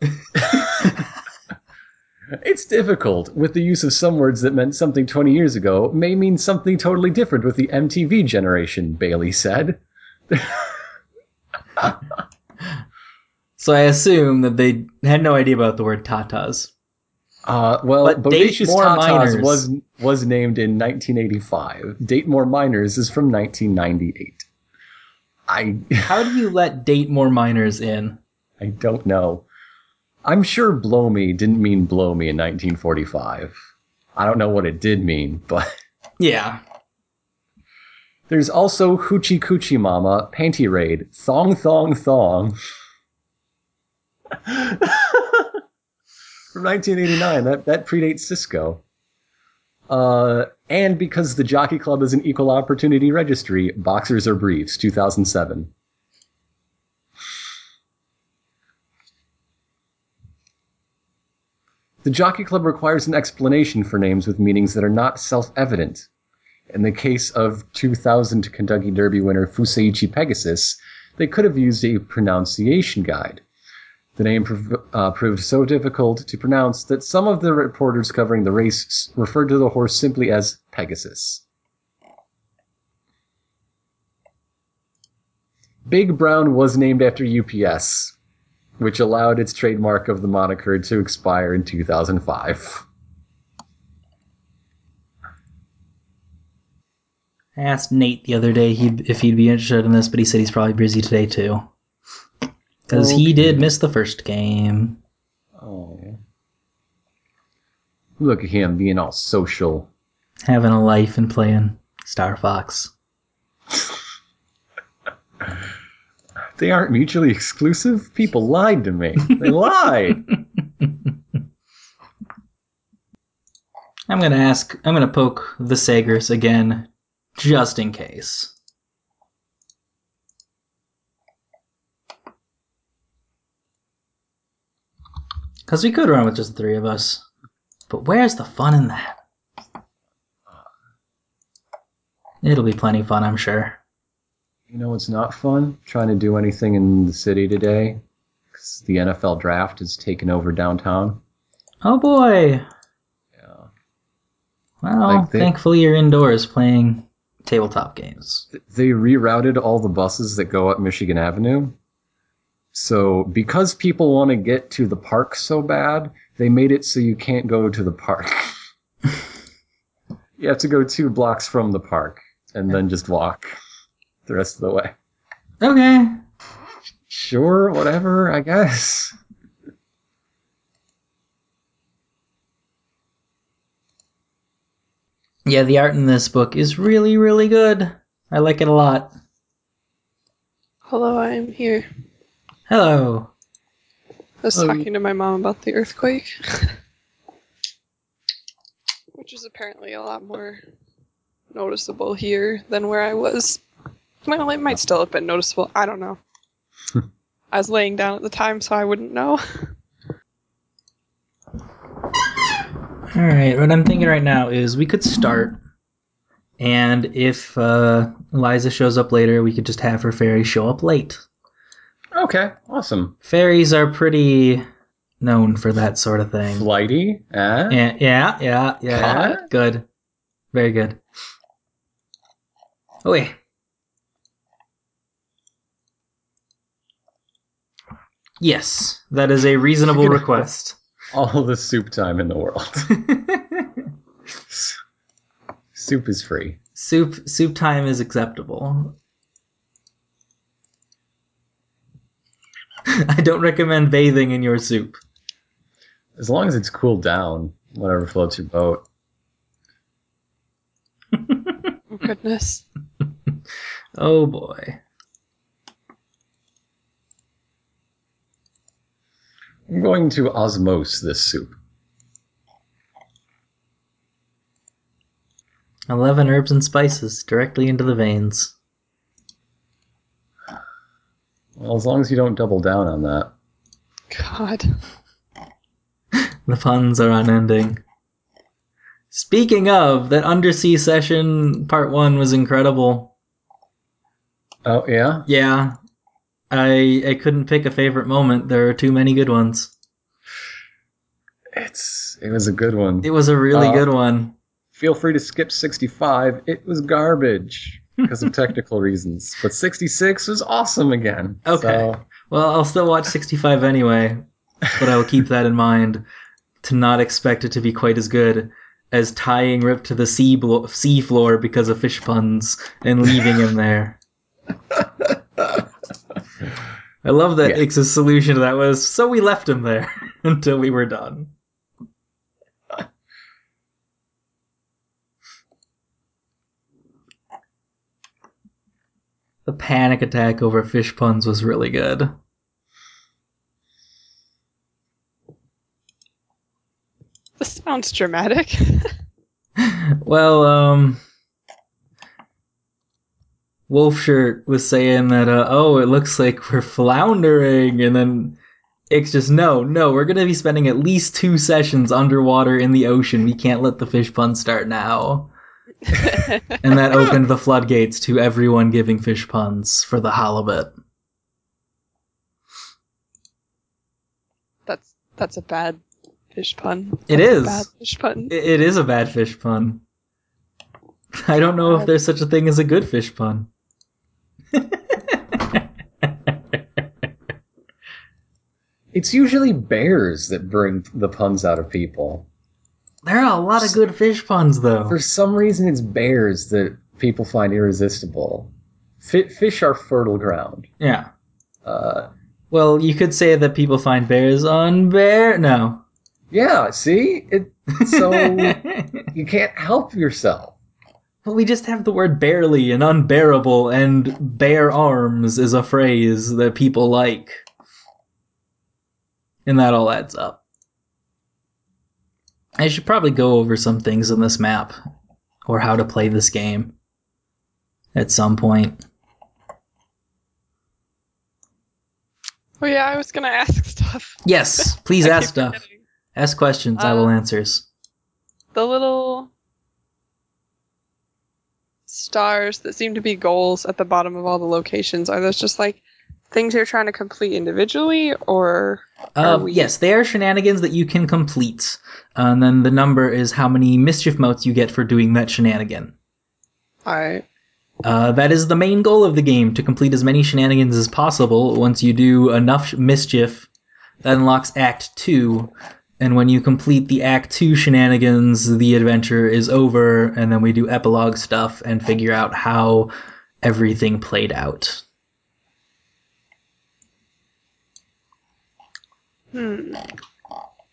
Speaker 1: it's difficult with the use of some words that meant something 20 years ago may mean something totally different with the MTV generation, Bailey said.
Speaker 2: so? I assume that they had no idea about the word tatas.
Speaker 1: Uh, well,
Speaker 2: But Date
Speaker 1: Bodacious
Speaker 2: More
Speaker 1: Tatas
Speaker 2: Minors.
Speaker 1: was was named in 1985. Date More Minors is from 1998. I
Speaker 2: How do you let date more minors in?
Speaker 1: I don't know. I'm sure blow me didn't mean blow me in 1945. I don't know what it did mean, but
Speaker 2: Yeah.
Speaker 1: There's also Hoochie Coochie Mama, Panty Raid, Thong Thong Thong. From 1989, that, that predates Cisco. Uh, and because the Jockey Club is an equal opportunity registry, Boxers are Briefs, 2007. The Jockey Club requires an explanation for names with meanings that are not self evident. In the case of 2000 Kentucky Derby winner Fuseiichi Pegasus, they could have used a pronunciation guide. The name prov- uh, proved so difficult to pronounce that some of the reporters covering the race s- referred to the horse simply as Pegasus. Big Brown was named after UPS, which allowed its trademark of the moniker to expire in 2005.
Speaker 2: I asked Nate the other day he'd, if he'd be interested in this, but he said he's probably busy today too. Because he did miss the first game.
Speaker 1: Oh. Look at him being all social.
Speaker 2: Having a life and playing Star Fox.
Speaker 1: They aren't mutually exclusive. People lied to me. They lied.
Speaker 2: I'm gonna ask. I'm gonna poke the Sagers again, just in case. Because we could run with just the three of us, but where's the fun in that? It'll be plenty fun, I'm sure.
Speaker 1: You know it's not fun? Trying to do anything in the city today. 'Cause the NFL draft has taken over downtown.
Speaker 2: Oh boy!
Speaker 1: Yeah.
Speaker 2: Well,
Speaker 1: Like they-
Speaker 2: thankfully you're indoors playing tabletop games.
Speaker 1: they rerouted all the buses that go up Michigan Avenue. So because people want to get to the park so bad, they made it so you can't go to the park. you have to go two blocks from the park and then just walk the rest of the way.
Speaker 2: Okay.
Speaker 1: Sure, whatever, I guess.
Speaker 2: Yeah, the art in this book is really, really good. I like it a lot.
Speaker 3: Hello, I am here.
Speaker 2: Hello.
Speaker 3: I was
Speaker 1: Oh.
Speaker 3: talking to my mom about the earthquake, which is apparently a lot more noticeable here than where I was. Well, it might still have been noticeable. I don't know. I was laying down at the time, so I wouldn't know.
Speaker 2: All right, what I'm thinking right now is we could start, and if uh, Eliza shows up later, we could just have her fairy show up late.
Speaker 1: Okay, awesome.
Speaker 2: Fairies are pretty known for that sort of thing.
Speaker 1: Flighty, eh?
Speaker 2: Yeah, yeah, yeah, yeah.
Speaker 1: Huh?
Speaker 2: Good. Very good. Oh, wait. Yes, that is a reasonable request.
Speaker 1: All the soup time in the world. soup is free.
Speaker 2: soup soup time is acceptable. I don't recommend bathing in your soup.
Speaker 1: As long as it's cooled down, whatever floats your boat.
Speaker 3: Oh, goodness.
Speaker 2: Oh boy.
Speaker 1: I'm going to osmose this soup.
Speaker 2: 11 herbs and spices directly into the veins.
Speaker 1: Well, as long as you don't double down on that.
Speaker 3: God.
Speaker 2: The puns are unending. Speaking of, that undersea session part one was incredible.
Speaker 1: Oh yeah,
Speaker 2: Yeah. I I couldn't pick a favorite moment. There are too many good ones.
Speaker 1: it's it was a good one.
Speaker 2: It was a really
Speaker 1: Uh,
Speaker 2: good one.
Speaker 1: Feel free to skip 65. It was garbage because of technical reasons, but 66 was awesome again.
Speaker 2: Okay.
Speaker 1: So,
Speaker 2: Well, I'll still watch 65 anyway, but I will keep that in mind to not expect it to be quite as good as tying Rip to the sea, blo- sea floor because of fish puns and leaving him there. I love that
Speaker 1: Yeah.
Speaker 2: Ix's solution to that was so we left him there until we were done. The panic attack over fish puns was really good.
Speaker 3: This sounds dramatic.
Speaker 2: well, um, Wolfshirt was saying that, uh, oh, it looks like we're floundering, and then it's just no, no, we're gonna be spending at least two sessions underwater in the ocean. We can't let the fish pun start now. And that opened the floodgates to everyone giving fish puns for the halibut.
Speaker 3: that's that's a bad fish pun.
Speaker 2: It
Speaker 3: That's a
Speaker 2: is.
Speaker 3: bad fish pun.
Speaker 2: I- it is a bad fish pun. I don't know if there's such a thing as a good fish pun.
Speaker 1: it's usually bears that bring the puns out of people.
Speaker 2: There are a lot of good fish puns, though.
Speaker 1: For some reason, it's bears that people find irresistible. Fi fish are fertile ground.
Speaker 2: Yeah.
Speaker 1: Uh,
Speaker 2: Well, you could say that people find bears on bear. No.
Speaker 1: Yeah, see? It so you can't help yourself.
Speaker 2: Well, we just have the word barely and unbearable and bare arms is a phrase that people like. And that all adds up. I should probably go over some things in this map or how to play this game at some point.
Speaker 3: Oh yeah, I was gonna ask stuff.
Speaker 2: Yes, please
Speaker 3: I keep
Speaker 2: ask stuff.
Speaker 3: forgetting.
Speaker 2: Ask questions, I will
Speaker 3: Uh,
Speaker 2: answers.
Speaker 3: The little stars that seem to be goals at the bottom of all the locations are those just like things you're trying to complete individually, or are
Speaker 2: Uh,
Speaker 3: we-
Speaker 2: Yes, they are shenanigans that you can complete. And then the number is how many mischief motes you get for doing that shenanigan.
Speaker 3: all right?
Speaker 2: Uh, that is the main goal of the game to complete as many shenanigans as possible. Once you do enough sh- mischief, that unlocks Act 2. And when you complete the Act 2 shenanigans, the adventure is over, and then we do epilogue stuff and figure out how everything played out.
Speaker 3: Hmm.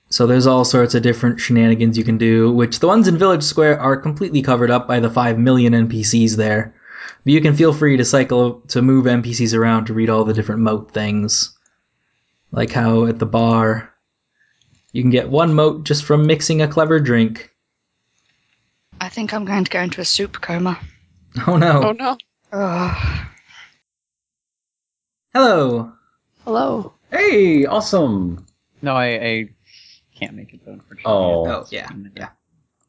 Speaker 2: So there's all sorts of different shenanigans you can do, which the ones in Village Square are completely covered up by the 5 million NPCs there. But you can feel free to cycle to move NPCs around to read all the different moat things. Like how at the bar you can get one moat just from mixing a clever drink.
Speaker 4: I think I'm going to go into a soup coma.
Speaker 2: Oh no.
Speaker 3: Oh no!
Speaker 4: Ugh.
Speaker 2: Hello.
Speaker 3: Hello.
Speaker 1: Hey, awesome.
Speaker 5: No, I, I can't make it though, unfortunately.
Speaker 1: Oh.
Speaker 2: Oh yeah. Yeah.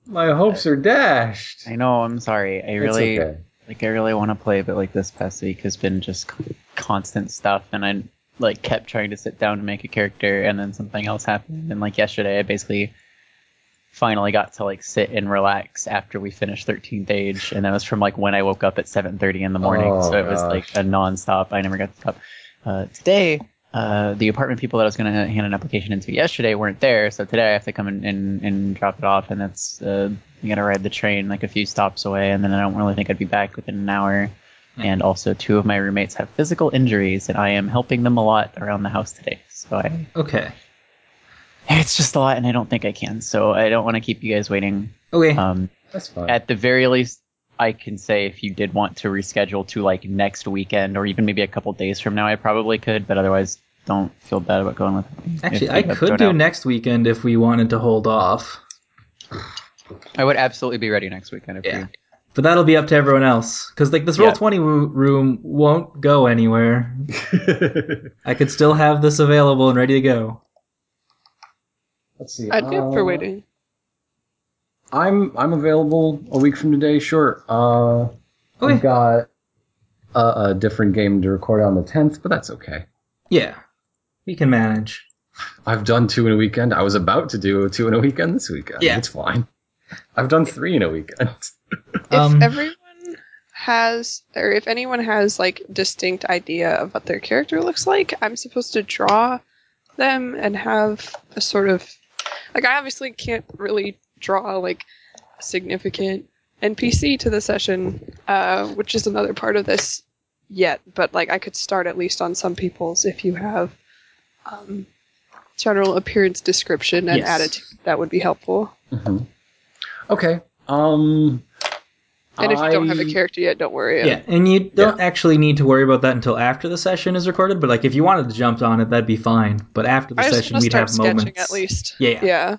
Speaker 1: My hopes are dashed.
Speaker 5: Mm, I know. I'm sorry. I
Speaker 1: It's
Speaker 5: really
Speaker 1: okay.
Speaker 5: like. I really want to play, but like this past week has been just c- constant stuff, and I like kept trying to sit down to make a character, and then something else happened, and like yesterday, I basically finally got to like sit and relax after we finished 13th Age, and that was from like when I woke up at 7:30 in the morning,
Speaker 1: Oh,
Speaker 5: so it was
Speaker 1: gosh.
Speaker 5: like a non-stop. I never got to stop. Uh, today. Uh, the apartment people that I was going to hand an application into yesterday weren't there, so today I have to come and, and, and drop it off, and that's uh, I gotta ride the train like a few stops away, and then I don't really think I'd be back within an hour. And also, two of my roommates have physical injuries, and I am helping them a lot around the house today. So I,
Speaker 2: Okay.
Speaker 5: it's just a lot, and I don't think I can. So I don't want to keep you guys waiting.
Speaker 2: Okay.
Speaker 5: Um,
Speaker 1: That's fine.
Speaker 5: at the very least, I can say if you did want to reschedule to like next weekend or even maybe a couple days from now, I probably could. But otherwise, don't feel bad about going with. if
Speaker 2: Actually,
Speaker 5: they
Speaker 2: I
Speaker 5: got
Speaker 2: could
Speaker 5: thrown
Speaker 2: do
Speaker 5: out.
Speaker 2: next weekend if we wanted to hold off.
Speaker 5: I would absolutely be ready next weekend. If
Speaker 2: Yeah.
Speaker 5: you-
Speaker 2: But that'll be up to everyone else, because like this roll
Speaker 5: Yeah.
Speaker 2: twenty wo- room won't go anywhere. I could still have this available and ready to go.
Speaker 1: Let's see.
Speaker 3: I'd be up for
Speaker 1: uh,
Speaker 3: waiting.
Speaker 1: I'm I'm available a week from today. Sure. Uh,
Speaker 2: Okay.
Speaker 1: We've got a, a different game to record on the 10th, but that's okay.
Speaker 2: Yeah, we can manage.
Speaker 1: I've done two in a weekend. I was about to do two in a weekend this weekend.
Speaker 2: Yeah.
Speaker 1: It's fine. I've done three in a weekend.
Speaker 3: If
Speaker 2: Um,
Speaker 3: everyone has, or if anyone has like distinct idea of what their character looks like, I'm supposed to draw them and have a sort of, like I obviously can't really draw like a significant NPC to the session, uh, which is another part of this yet. But like I could start at least on some people's if you have um, general appearance description and
Speaker 2: Yes.
Speaker 3: attitude. That would be helpful.
Speaker 1: Mhm. Okay. Um.
Speaker 3: And if you don't have
Speaker 1: I-
Speaker 3: a character yet, don't worry.
Speaker 2: yeah. and you don't actually need to worry about that until after the session is recorded. But like, if you wanted to jump on it, that'd be fine. But after the
Speaker 3: I just
Speaker 2: session,
Speaker 3: want to
Speaker 2: we'd
Speaker 3: start
Speaker 2: have
Speaker 3: sketching
Speaker 2: moments.
Speaker 3: at least.
Speaker 2: Yeah, yeah.
Speaker 3: Yeah. yeah.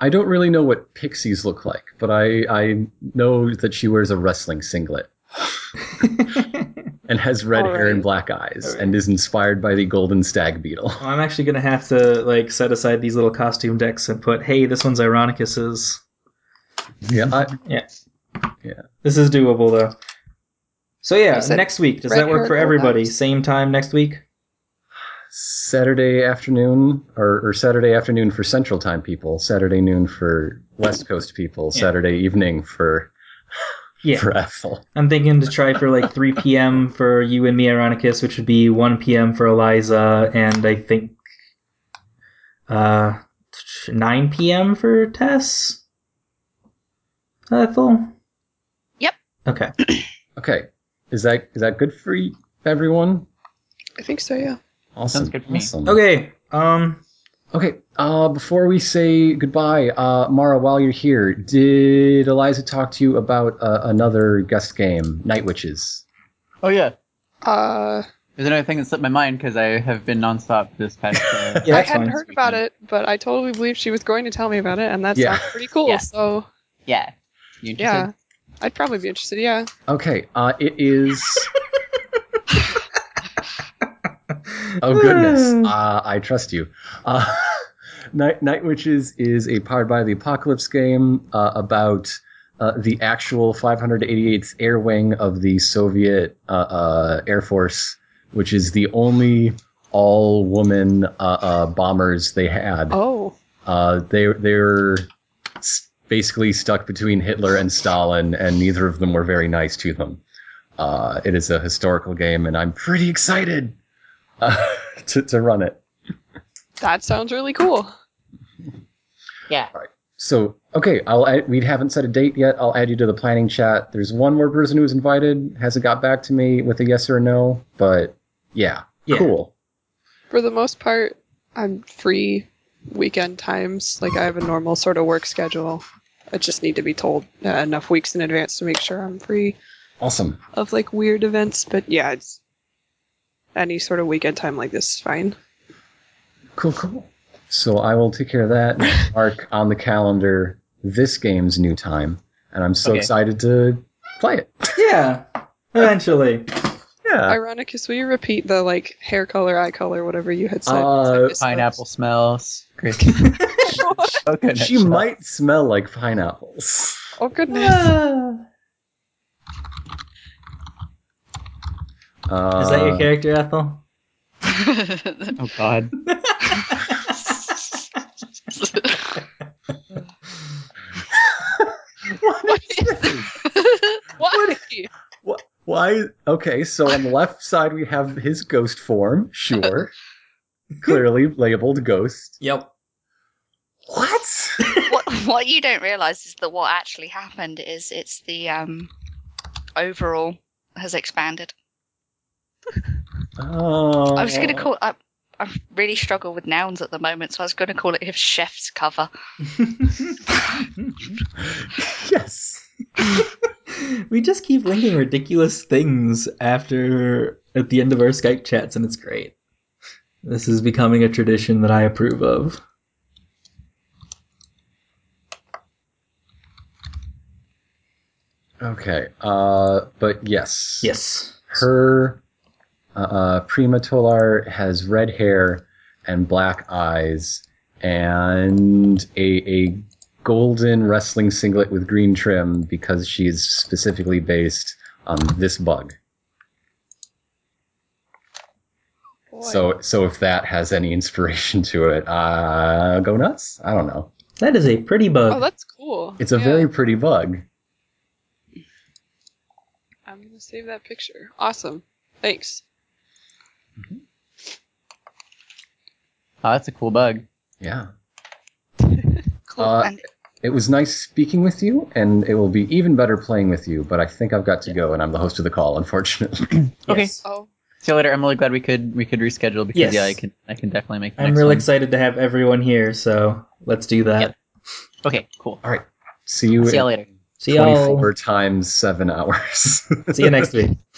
Speaker 1: I don't really know what pixies look like, but I I know that she wears a wrestling singlet and has red
Speaker 3: All
Speaker 1: hair and
Speaker 3: right.
Speaker 1: black eyes
Speaker 2: All right.
Speaker 1: and is inspired by the golden stag beetle.
Speaker 2: Well, I'm actually gonna have to like set aside these little costume decks and put, hey, this one's Ironicus's.
Speaker 1: yeah. I,
Speaker 2: This is doable though. So yeah,
Speaker 3: You said
Speaker 2: next week. Does
Speaker 3: red
Speaker 2: that work
Speaker 3: hair
Speaker 2: for
Speaker 3: and gold
Speaker 2: everybody?
Speaker 3: eyes.
Speaker 2: Same time next week.
Speaker 1: Saturday afternoon or, or Saturday afternoon for Central Time people, Saturday noon for West Coast people,
Speaker 2: Yeah.
Speaker 1: Saturday evening for
Speaker 2: Yeah.
Speaker 1: for Ethel.
Speaker 2: I'm thinking to try for like 3 p.m. for you and me, Ironicus, which would be 1 p.m. for Eliza, and I think uh, 9 p.m. for Tess. Ethel.
Speaker 4: Yep.
Speaker 2: Okay.
Speaker 1: Okay, is that is that good for y- everyone?
Speaker 3: I think so, yeah.
Speaker 1: Awesome.
Speaker 2: Oh,
Speaker 5: Sounds good for me.
Speaker 1: Awesome.
Speaker 2: Okay. Um,
Speaker 1: Okay, uh, before we say goodbye, uh, Mara, while you're here, did Eliza talk to you about uh, another guest game, Night Witches?
Speaker 5: Oh yeah,
Speaker 3: Uh,
Speaker 5: there's another thing that slipped my mind because I have been nonstop this past. Uh,
Speaker 2: Yeah,
Speaker 3: I
Speaker 2: that's
Speaker 3: hadn't
Speaker 2: fine.
Speaker 3: heard about it, but I totally believed she was going to tell me about it, and that
Speaker 1: Yeah.
Speaker 3: sounds pretty cool.
Speaker 5: Yeah.
Speaker 3: So
Speaker 5: yeah. You interested?
Speaker 3: yeah, I'd probably be interested. Yeah,
Speaker 1: Okay, uh, it is. oh goodness, uh, I trust you. Uh, Night, Night Witches is a powered by the apocalypse game uh, about uh, the actual 588th Air Wing of the Soviet uh, uh, Air Force, which is the only all-woman uh, uh, bombers they had.
Speaker 3: Oh,
Speaker 1: Uh, they they're s- basically stuck between Hitler and Stalin, and neither of them were very nice to them. Uh, it is a historical game, and I'm pretty excited uh, to to run it.
Speaker 3: that sounds really cool.
Speaker 5: Yeah.
Speaker 1: So okay, I'll add, we haven't set a date yet. I'll add you to the planning chat. There's one more person who's invited hasn't got back to me with a yes or a no, but yeah,
Speaker 5: Yeah.
Speaker 1: cool.
Speaker 3: For the most part, I'm free weekend times. Like I have a normal sort of work schedule. I just need to be told uh, enough weeks in advance to make sure I'm free
Speaker 1: Awesome.
Speaker 3: of like weird events. But yeah, it's any sort of weekend time like this is fine.
Speaker 1: Cool, cool. So I will take care of that and mark on the calendar this game's new time. And I'm so
Speaker 5: Okay.
Speaker 1: excited to play it.
Speaker 2: Yeah, eventually.
Speaker 1: Yeah.
Speaker 3: Ironicus, will you repeat the like hair color, eye color, whatever you had said?
Speaker 1: Uh,
Speaker 3: I missed
Speaker 5: Pineapple
Speaker 3: those.
Speaker 5: smells. Chris. oh, goodness.
Speaker 1: she might smell like pineapples.
Speaker 3: Oh goodness.
Speaker 1: Uh,
Speaker 2: Is that your character, Ethel?
Speaker 5: Oh God.
Speaker 3: what is What?
Speaker 1: Why? Okay, so on the left side we have his ghost form. Sure. Clearly labeled ghost.
Speaker 2: Yep.
Speaker 1: What?
Speaker 4: what what you don't realize is that what actually happened is it's the um overall has expanded.
Speaker 1: Oh.
Speaker 4: I was going to call I I really struggle with nouns at the moment, so I was going to call it his chef's cover.
Speaker 1: Yes.
Speaker 2: we just keep linking ridiculous things after at the end of our Skype chats, and it's great. This is becoming a tradition that I approve of.
Speaker 1: Okay. Uh, but yes.
Speaker 2: Yes.
Speaker 1: her uh, uh, prima tolar has red hair and black eyes and a, a golden wrestling singlet with green trim because she's specifically based on this bug
Speaker 3: Boy.
Speaker 1: so so if that has any inspiration to it uh go nuts i don't know
Speaker 2: That is a pretty
Speaker 3: Oh,
Speaker 2: bug.
Speaker 3: that's cool.
Speaker 1: it's a
Speaker 3: Yeah.
Speaker 1: very pretty bug
Speaker 3: I'm gonna save that picture. Awesome. Thanks.
Speaker 5: Oh, that's a cool bug.
Speaker 1: yeah
Speaker 4: Cool.
Speaker 1: Uh,
Speaker 4: and
Speaker 1: it was nice speaking with you and it will be even better playing with you but i think i've got to go and i'm the host of the call unfortunately
Speaker 5: Okay.
Speaker 2: Yes.
Speaker 3: Oh,
Speaker 5: See you later. I'm really glad we could we could reschedule because
Speaker 2: Yes.
Speaker 5: yeah, I can I can definitely make. The
Speaker 2: I'm
Speaker 5: next
Speaker 2: real
Speaker 5: one.
Speaker 2: excited to have everyone here, so let's do that.
Speaker 5: Yep. Okay, cool.
Speaker 1: see you
Speaker 5: See you
Speaker 1: in-
Speaker 5: later.
Speaker 2: See y'all.
Speaker 1: Twenty-four times seven hours.
Speaker 2: See you next week.